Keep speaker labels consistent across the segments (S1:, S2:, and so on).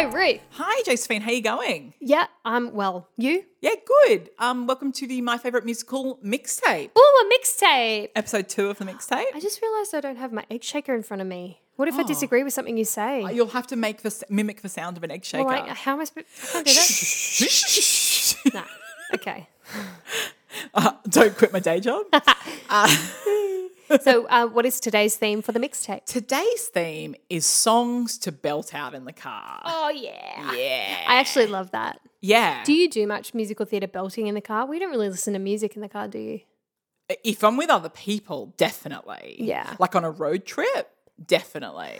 S1: Hi, Josephine. How you going?
S2: Yeah, I'm well. You?
S1: Yeah, good. Um, welcome to the My Favorite Musical mixtape,
S2: Oh, a mixtape.
S1: episode two of the mixtape.
S2: I just realized I don't have my egg shaker in front of me. What if I disagree with something Oh. you say?
S1: You'll have to make the s- mimic the sound of an egg shaker.
S2: Well, I- how am I supposed to do that? nah. Okay.
S1: Uh, don't quit my day job.
S2: So, uh, what is today's theme for the mixtape?
S1: Today's theme is songs to belt out in the car.
S2: Oh, yeah.
S1: Yeah,
S2: I actually love that.
S1: yeah.
S2: Do you do much musical theatre belting in the car? We don't really listen to music in the car, do you?
S1: if I'm with other people, definitely.
S2: Yeah.
S1: Like on a road trip, definitely.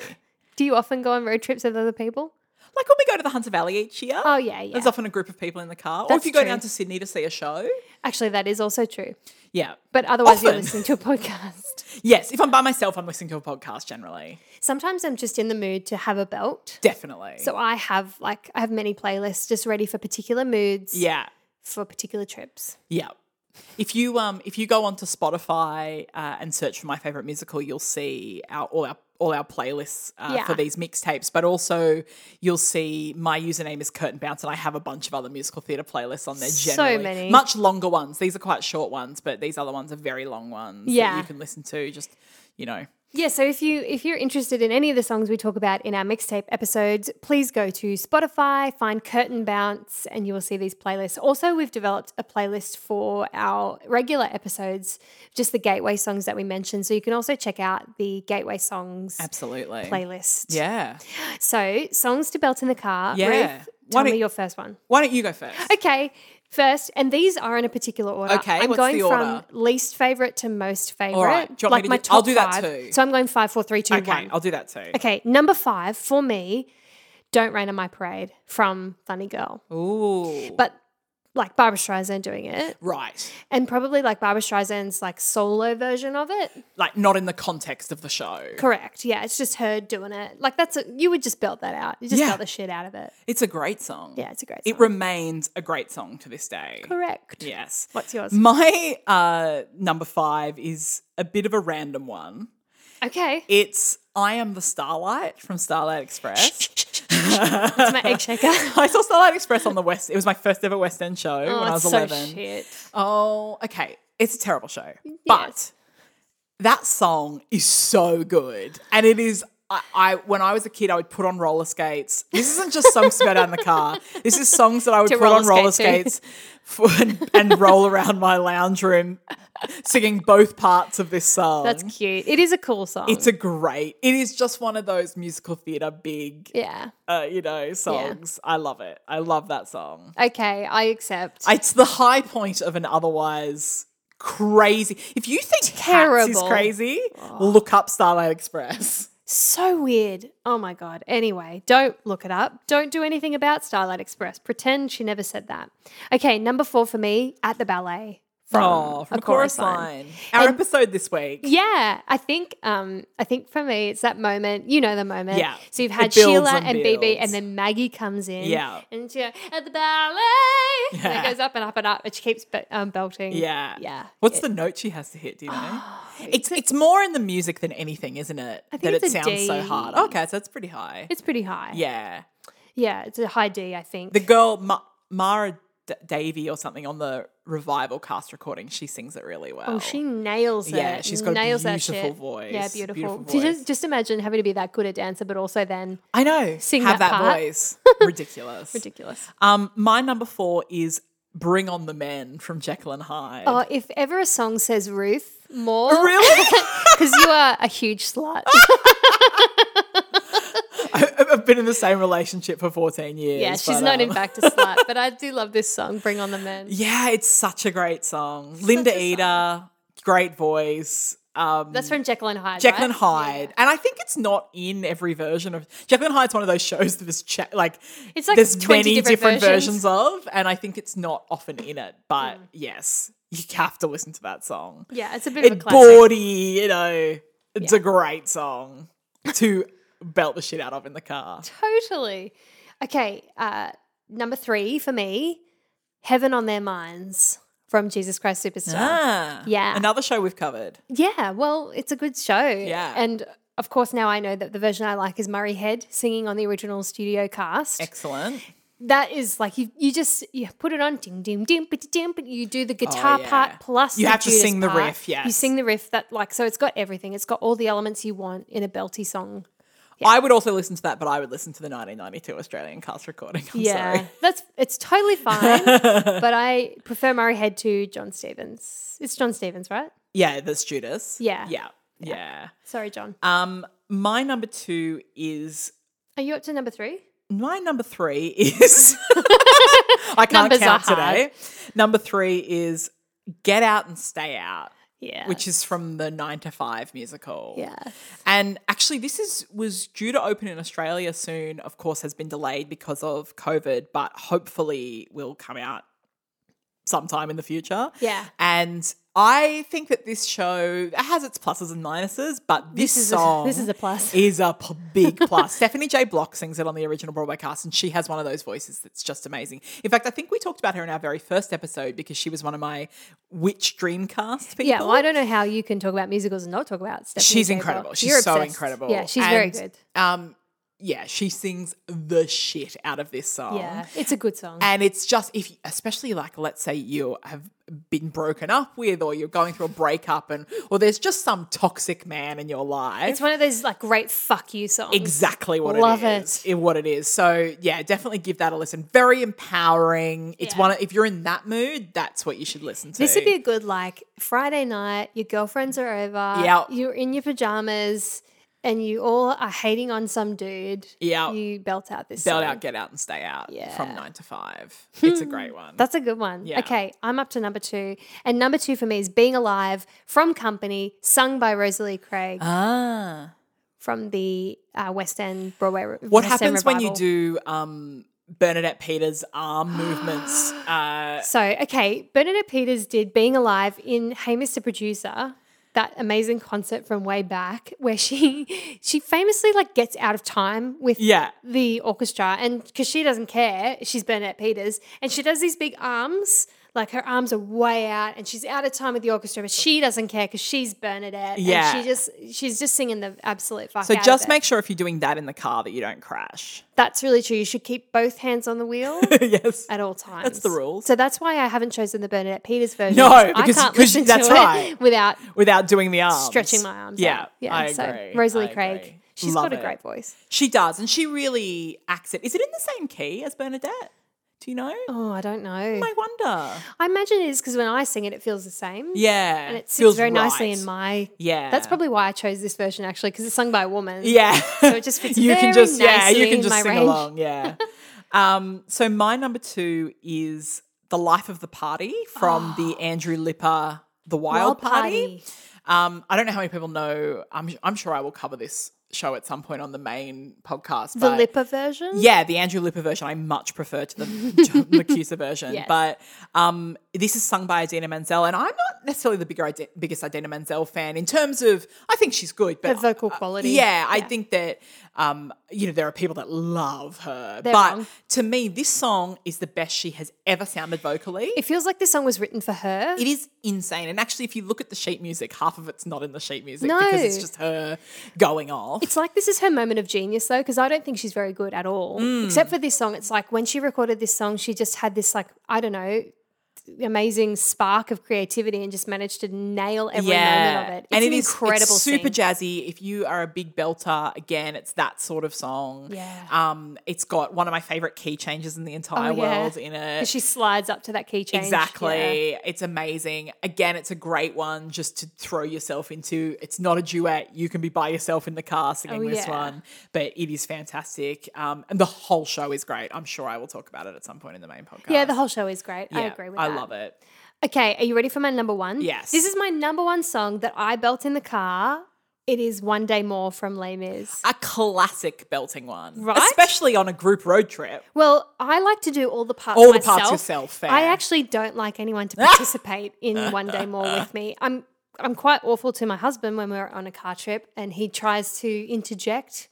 S2: Do you often go on road trips with other people?
S1: Like when we go to the Hunter Valley each year.
S2: Oh, yeah, yeah.
S1: There's often a group of people in the car. or if
S2: That's
S1: you go
S2: true.
S1: down to Sydney to see a show.
S2: Actually, that is also true.
S1: Yeah.
S2: But otherwise, you're
S1: Often.
S2: listening to a podcast.
S1: Yes, if I'm by myself, I'm listening to a podcast generally.
S2: Sometimes I'm just in the mood to have a belt.
S1: Definitely.
S2: So I have like I have many playlists just ready for particular moods
S1: yeah.
S2: for particular trips.
S1: Yeah. If you um if you go onto Spotify uh, and search for my favorite musical, you'll see our all our all our playlists uh,
S2: Yeah.
S1: for these mixtapes, but also you'll see my username is Curtain Bounce, and I have a bunch of other musical theatre playlists on there.
S2: So
S1: Generally,
S2: many.
S1: much longer ones. These are quite short ones, but these other ones are very long ones that
S2: Yeah.
S1: you can listen to. Just you know,
S2: Yeah, so if you if you're interested in any of the songs we talk about in our mixtape episodes, please go to Spotify, find Curtain Bounce, and you will see these playlists. Also, we've developed a playlist for our regular episodes, just the gateway songs that we mentioned. So you can also check out the gateway songs
S1: absolutely,
S2: playlist.
S1: yeah,
S2: So songs to belt in the car.
S1: Yeah.
S2: Ruth,
S1: Why
S2: tell
S1: don't-
S2: me your first one.
S1: Why don't you go first?
S2: Okay. First, and these are in a particular order.
S1: Okay,
S2: I'm
S1: what's
S2: going
S1: the
S2: from
S1: order?
S2: least favorite to most favorite.
S1: right, do you want me to do- I'll do that too.
S2: So I'm going five, four, three, two, one.
S1: Okay, I'll do that too.
S2: Okay, number five for me, "Don't Rain on My Parade" from Funny Girl,
S1: Ooh,
S2: but like Barbara Streisand doing it,
S1: right,
S2: and probably like Barbara Streisand's like solo version of it.
S1: like not in the context of the show.
S2: Correct. Yeah, it's just her doing it. Like that's a, you would just belt that out. You just
S1: Yeah.
S2: belt the shit out of it.
S1: It's a great song.
S2: Yeah, it's a great. Song.
S1: It remains a great song to this day.
S2: Correct.
S1: Yes.
S2: What's yours?
S1: My uh, number five is a bit of a random one.
S2: Okay,
S1: It's I Am the Starlight from Starlight Express.
S2: it's my egg shaker.
S1: I saw Starlight Express on the West. It was my first ever West End show
S2: Oh,
S1: when I was
S2: it's
S1: 11.
S2: So shit.
S1: Oh, okay. It's a terrible show. But that song is so good. And it is I, I when I was a kid, I would put on roller skates. This isn't just songs to go down the car. This is songs that I would
S2: To
S1: put on
S2: roller
S1: roller
S2: skate to.
S1: skates for, and, and roll around my lounge room singing both parts of this song.
S2: That's cute. It is a cool song.
S1: it's a great. It is just one of those musical theater big
S2: yeah.
S1: uh, you know, songs. I love it. I love that song.
S2: Okay, I accept.
S1: It's the high point of an otherwise crazy. If you think Cats is
S2: Terrible.
S1: crazy, look up Starlight Express.
S2: so weird. Oh my god. Anyway, don't look it up. Don't do anything about Starlight Express. Pretend she never said that. Okay, number four for me at the ballet.
S1: From, Oh, from a chorus, line. Our episode this week.
S2: Yeah, I think um, I think for me it's that moment. You know the moment.
S1: Yeah.
S2: So you've
S1: It
S2: had
S1: builds
S2: Sheila
S1: and
S2: and BB,
S1: builds.
S2: and then Maggie comes in.
S1: Yeah.
S2: And she at the ballet. And
S1: Yeah.
S2: it goes up and up and up, and she keeps be- um, belting.
S1: Yeah.
S2: Yeah.
S1: What's the note she has to hit? Do you know? it's it's more in the music than anything, isn't it?
S2: think
S1: that
S2: it's
S1: it
S2: a
S1: sounds so hard.
S2: D.
S1: Okay, so it's pretty high.
S2: It's pretty high.
S1: yeah.
S2: Yeah, it's a high D, I think.
S1: The girl Ma- Mara D- Davey or something on the revival cast recording, she sings it really well.
S2: Oh, she nails it.
S1: Yeah, she's got a
S2: nails that
S1: beautiful
S2: shit.
S1: voice.
S2: Yeah, beautiful.
S1: Beautiful
S2: So
S1: voice.
S2: just, just imagine having to be that good a dancer, but also then
S1: I know.
S2: Sing
S1: have
S2: that
S1: that,
S2: part.
S1: voice. Ridiculous.
S2: ridiculous.
S1: Um, my number four is "Bring On the Men" from Jekyll and Hyde.
S2: Oh, if ever a song says Ruth more,
S1: really?
S2: because you are a huge slut.
S1: Oh, I- I've been in the same relationship for fourteen years.
S2: yeah, she's
S1: but,
S2: not
S1: um,
S2: in fact a slut, but I do love this song, Bring On the Men.
S1: Yeah, it's such a great song. Linda
S2: a
S1: Eder, great voice. Um,
S2: That's from Jekyll and Hyde.
S1: Jekyll
S2: right?
S1: and Hyde, and I think it's not in every version of Jekyll and Hyde's one of those shows that is cha- like
S2: It's like
S1: there's
S2: 20
S1: many
S2: different
S1: different
S2: versions.
S1: versions.
S2: Hmm.
S1: of, and I think it's not often in it. But yes, you have to listen to that song.
S2: Yeah, it's a bit of a
S1: It's
S2: classic.
S1: bawdy, you know. It's a great song to belt the shit out of in the car.
S2: Totally. Okay, uh, number three for me, Heaven on Their Minds from Jesus Christ Superstar.
S1: Ah,
S2: Yeah.
S1: Another show we've covered.
S2: Yeah, well, it's a good show.
S1: Yeah.
S2: And Of course, now I know that the version I like is Murray Head singing on the original studio cast.
S1: Excellent.
S2: that is like you you just you put it on dim dim dim but dim but you do the guitar
S1: Oh, yeah.
S2: part plus
S1: You
S2: the
S1: have to
S2: Judas
S1: sing the
S2: part.
S1: riff,
S2: you
S1: yes.
S2: sing the riff that like so it's got everything it's got all the elements you want in a belty song
S1: I would also listen to that, but I would listen to the 1992 Australian cast recording. I'm
S2: yeah
S1: sorry.
S2: that's it's totally fine but I prefer Murray Head to John Stevens it's John Stevens right
S1: Yeah, that's Judas.
S2: Yeah.
S1: Yeah. Yeah.
S2: sorry John
S1: Um, my number two is
S2: are you up to number three
S1: my number three is I can't
S2: Numbers are
S1: count
S2: hard.
S1: today. Number three is Get Out and Stay Out,
S2: yeah
S1: which is from the Nine to Five musical.
S2: yeah
S1: And actually, this is was due to open in Australia soon. Of course, has been delayed because of COVID, but hopefully will come out sometime in the future.
S2: Yeah.
S1: And I think that this show has its pluses and minuses, but this,
S2: is a-
S1: song
S2: this is a plus.
S1: is a p- big plus. Stephanie J. Block sings it on the original Broadway cast, and she has one of those voices that's just amazing. In fact, I think we talked about her in our very first episode because she was one of my witch dreamcast people.
S2: yeah well I don't know how you can talk about musicals and not talk about Stephanie
S1: She's
S2: J. Bell.
S1: incredible. She's
S2: You're
S1: so
S2: obsessed.
S1: incredible.
S2: yeah she's very
S1: And,
S2: good
S1: Um, yeah, she sings the shit out of this song.
S2: yeah it's a good song
S1: And it's just if, especially like, let's say you have been broken up with, or you're going through a breakup, and or there's just some toxic man in your life.
S2: It's one of those like great fuck you songs.
S1: exactly what
S2: Love
S1: it is. It. What it is. So yeah, definitely give that a listen. Very empowering. It's
S2: Yeah.
S1: one. If you're in that mood, that's what you should listen to.
S2: This would be a good like Friday night, your girlfriends are over,
S1: Yep.
S2: you're in your pajamas and you all are hating on some dude.
S1: Yep.
S2: You belt out this
S1: Belt
S2: song.
S1: out, get out, and stay out.
S2: Yeah. Hmm.
S1: From nine to five. It's a great one.
S2: That's a good one.
S1: Yeah.
S2: Okay, I'm up to number two. And number two for me is Being Alive from Company, sung by Rosalie Craig
S1: ah.
S2: from the uh, West End Broadway. re-
S1: What
S2: West End
S1: happens when you
S2: revival.
S1: do um, Bernadette Peters' arm movements? Uh,
S2: So, okay, Bernadette Peters did Being Alive in Hey Mr. Producer, that amazing concert from way back where she she famously like gets out of time with
S1: yeah.
S2: the orchestra and cuz she doesn't care, she's Bernadette Peters and she does these big arms like her arms are way out and she's out of time with the orchestra but she doesn't care cuz she's Bernadette
S1: Yeah.
S2: and she just she's just singing the absolute fuck
S1: So
S2: out of
S1: just
S2: it.
S1: make sure if you're doing that in the car that you don't crash.
S2: That's really true. You should keep both hands on the wheel
S1: yes.
S2: at all times.
S1: That's the rule.
S2: So that's why I haven't chosen the Bernadette Peters version.
S1: No,
S2: I
S1: because-
S2: can't
S1: because
S2: listen
S1: that's
S2: to it
S1: right.
S2: without
S1: Without doing the arms.
S2: stretching my arms.
S1: Yeah.
S2: out. yeah.
S1: I
S2: so
S1: agree.
S2: Rosalie
S1: I
S2: Craig,
S1: agree.
S2: she's
S1: Love
S2: got a
S1: it.
S2: great voice.
S1: She does. And she really acts it. Is it in the same key as Bernadette? Do you know?
S2: Oh, I don't know.
S1: I wonder.
S2: I imagine it is because when I sing it, it feels the same.
S1: Yeah.
S2: and it sits
S1: Feels
S2: very nicely
S1: right.
S2: in my.
S1: Yeah.
S2: That's probably why I chose this version actually because it's sung by a woman.
S1: Yeah.
S2: So it just fits very nicely in my
S1: sing
S2: range.
S1: along, yeah. um, so my number two is The Life of the Party from the Andrew Lipper The Wild, Party. Um, I don't know how many people know. I'm I'm sure I will cover this show at some point on the main podcast.
S2: the
S1: but-
S2: Lipper version.
S1: yeah, the Andrew Lipper version I much prefer to the John Lacusa version.
S2: Yes.
S1: But um, this is sung by Idina Menzel, and I'm not necessarily the bigger, Ide- biggest Idina Menzel fan in terms of I think she's good, but uh,
S2: Her vocal quality.
S1: yeah, I think that um, you know there are people that love her,
S2: They're
S1: but
S2: wrong.
S1: to me, this song is the best she has ever sounded vocally.
S2: It feels like this song was written for her.
S1: it is insane, and actually, if you look at the sheet music, half of it's not in the sheet music
S2: No.
S1: because it's just her going off.
S2: It's like this is her moment of genius though, because I don't think she's very good at all.
S1: Mm.
S2: Except for this song. It's like when she recorded this song, she just had this like, I don't know, amazing spark of creativity and just managed to nail every moment of it. It's
S1: and
S2: an
S1: it is- it's
S2: incredible
S1: super
S2: thing.
S1: jazzy. If you are a big belter, again, it's that sort of song.
S2: Yeah.
S1: Um, it's got one of my favorite key changes in the entire
S2: Oh, yeah.
S1: world in it.
S2: 'Cause she slides up to that key change. Yeah.
S1: Exactly. It's amazing. Again, it's a great one just to throw yourself into. It's not a duet. You can be by yourself in the car singing
S2: Oh,
S1: this
S2: yeah.
S1: one, but it is fantastic. Um, and the whole show is great. I'm sure I will talk about it at some point in the main podcast.
S2: Yeah, the whole show is great. I agree with
S1: I
S2: that.
S1: love it.
S2: Okay, are you ready for my number one?
S1: Yes.
S2: This is my number one song that I belt in the car. It is One Day More from Les Mis.
S1: A classic belting one,
S2: Right?
S1: especially on a group road trip.
S2: Well, I like to do all the parts
S1: All the
S2: myself.
S1: parts yourself, fair.
S2: I actually don't like anyone to participate in one day more with me. I'm I'm quite awful to my husband when we're on a car trip and he tries to interject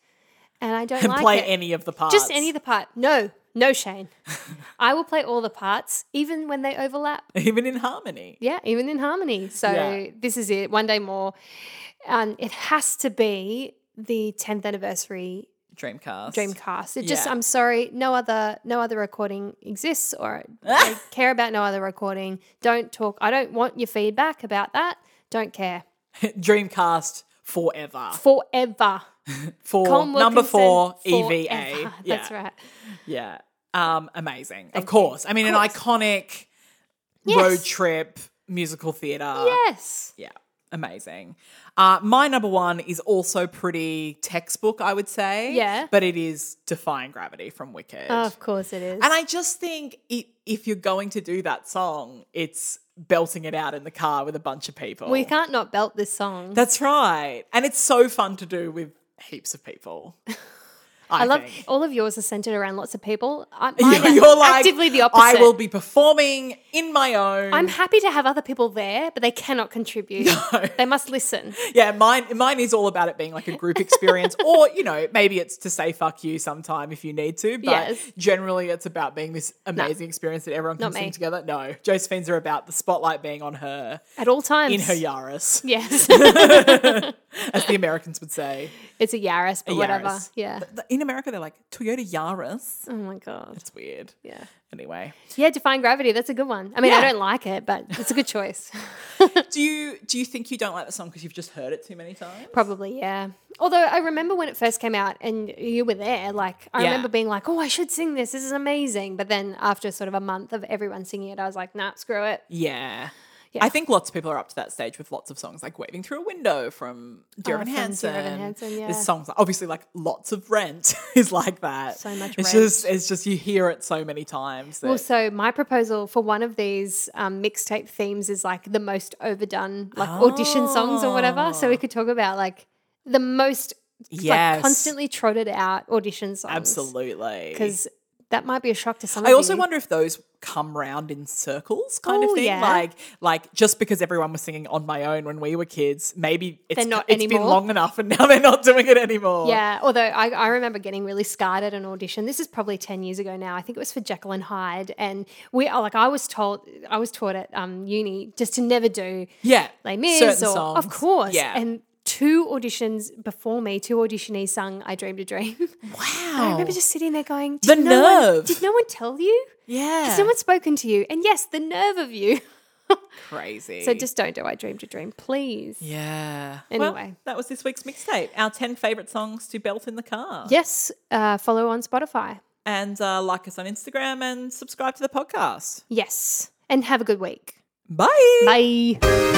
S2: and I don't
S1: and
S2: like
S1: play
S2: it.
S1: any of the parts.
S2: Just any of the part. No, no Shane. I will play all the parts even when they overlap.
S1: even in harmony.
S2: Yeah, even in harmony. So
S1: Yeah.
S2: this is it. One day more. Um, it has to be the 10th anniversary
S1: Dreamcast.
S2: Dreamcast. It just
S1: Yeah.
S2: I'm sorry, no other no other recording exists or I care about no other recording. Don't talk. I don't want your feedback about that. Don't care.
S1: Dreamcast forever.
S2: Forever.
S1: For
S2: Colm
S1: number
S2: Wilkinson
S1: four, EVA.
S2: forever.
S1: Yeah.
S2: That's right.
S1: Yeah. Um, amazing. of course. I mean, an iconic road
S2: Yes.
S1: trip musical theatre.
S2: Yes.
S1: Yeah, amazing. Uh, my number one is also pretty textbook, I would say.
S2: Yeah. Oh.
S1: But it is Defying Gravity from Wicked.
S2: of course it is.
S1: and I just think it, if you're going to do that song, it's belting it out in the car with a bunch of people.
S2: we can't not belt this song.
S1: That's right. And it's so fun to do with heaps of people. I,
S2: I love
S1: think.
S2: all of yours are centered around lots of people. I, mine
S1: You're,
S2: are
S1: you're like,
S2: actively the opposite.
S1: I will be performing in my own.
S2: I'm happy to have other people there, but they cannot contribute. They must listen.
S1: Yeah, mine mine is all about it being like a group experience, or you know, maybe it's to say fuck you sometime if you need to. But
S2: Yes.
S1: generally, it's about being this amazing experience that everyone can
S2: Not
S1: sing
S2: me.
S1: together. No, Josephine's are about the spotlight being on her
S2: At all times.
S1: in her Yaris,
S2: Yes.
S1: as the Americans would say.
S2: it's a Yaris, but whatever.
S1: Yaris.
S2: Yeah.
S1: Th- th- In America, they're like Toyota Yaris.
S2: Oh my god.
S1: It's weird.
S2: Yeah.
S1: Anyway,
S2: Yeah, Define Gravity. That's a good one. I mean, I
S1: Yeah.
S2: don't like it, but it's a good choice.
S1: do you do you think you don't like the song because you've just heard it too many times?
S2: Probably, yeah. Although I remember when it first came out and you were there, like, I
S1: Yeah.
S2: remember being like, oh, I should sing this. This is amazing. But then after sort of a month of everyone singing it, I was like, nah, screw it.
S1: Yeah. I think lots of people are up to that stage with lots of songs like Waving Through a Window from Dear
S2: Oh,
S1: Evan
S2: from Dear
S1: Hansen.
S2: Evan Hansen, yeah.
S1: There's songs obviously like lots of Rent is like that.
S2: So much
S1: It's
S2: Rent.
S1: just it's just you hear it so many times. That,
S2: Well, so my proposal for one of these um, mixtape themes is like the most overdone, like audition songs or whatever. So we could talk about like the most
S1: Oh. Yes.
S2: like constantly trotted out audition songs.
S1: absolutely.
S2: because that might be a shock to some.
S1: I
S2: of
S1: also
S2: you.
S1: wonder if those come round in circles kind
S2: Oh,
S1: of thing.
S2: yeah.
S1: Like like just because everyone was singing on my own when we were kids, maybe it's
S2: They're not
S1: it's been
S2: anymore.
S1: long enough and now they're not doing it anymore.
S2: Yeah, although I, I remember getting really scarred at an audition. This is probably ten years ago now. I think it was for Jacqueline Hyde, and we uh, like I was told I was taught at um, uni just to never do
S1: Yeah.
S2: Les Mis
S1: Certain
S2: or
S1: songs.
S2: of course,
S1: Yeah.
S2: and. Two auditions before me, two auditionees sung "I Dreamed a Dream." I
S1: wow.
S2: remember oh, just sitting there going,
S1: Oh. The
S2: "Did no one-
S1: nerve.
S2: did no one tell you?
S1: yeah.
S2: Has no one spoken to you?" And yes, the nerve of you.
S1: crazy.
S2: So just don't do "I Dreamed a Dream," please.
S1: Yeah.
S2: Anyway.
S1: that was this week's mixtape. Our 10 favorite songs to belt in the car.
S2: Yes, uh, follow on Spotify.
S1: And uh, like us on Instagram and subscribe to the podcast.
S2: Yes, and have a good week.
S1: Bye.
S2: Bye.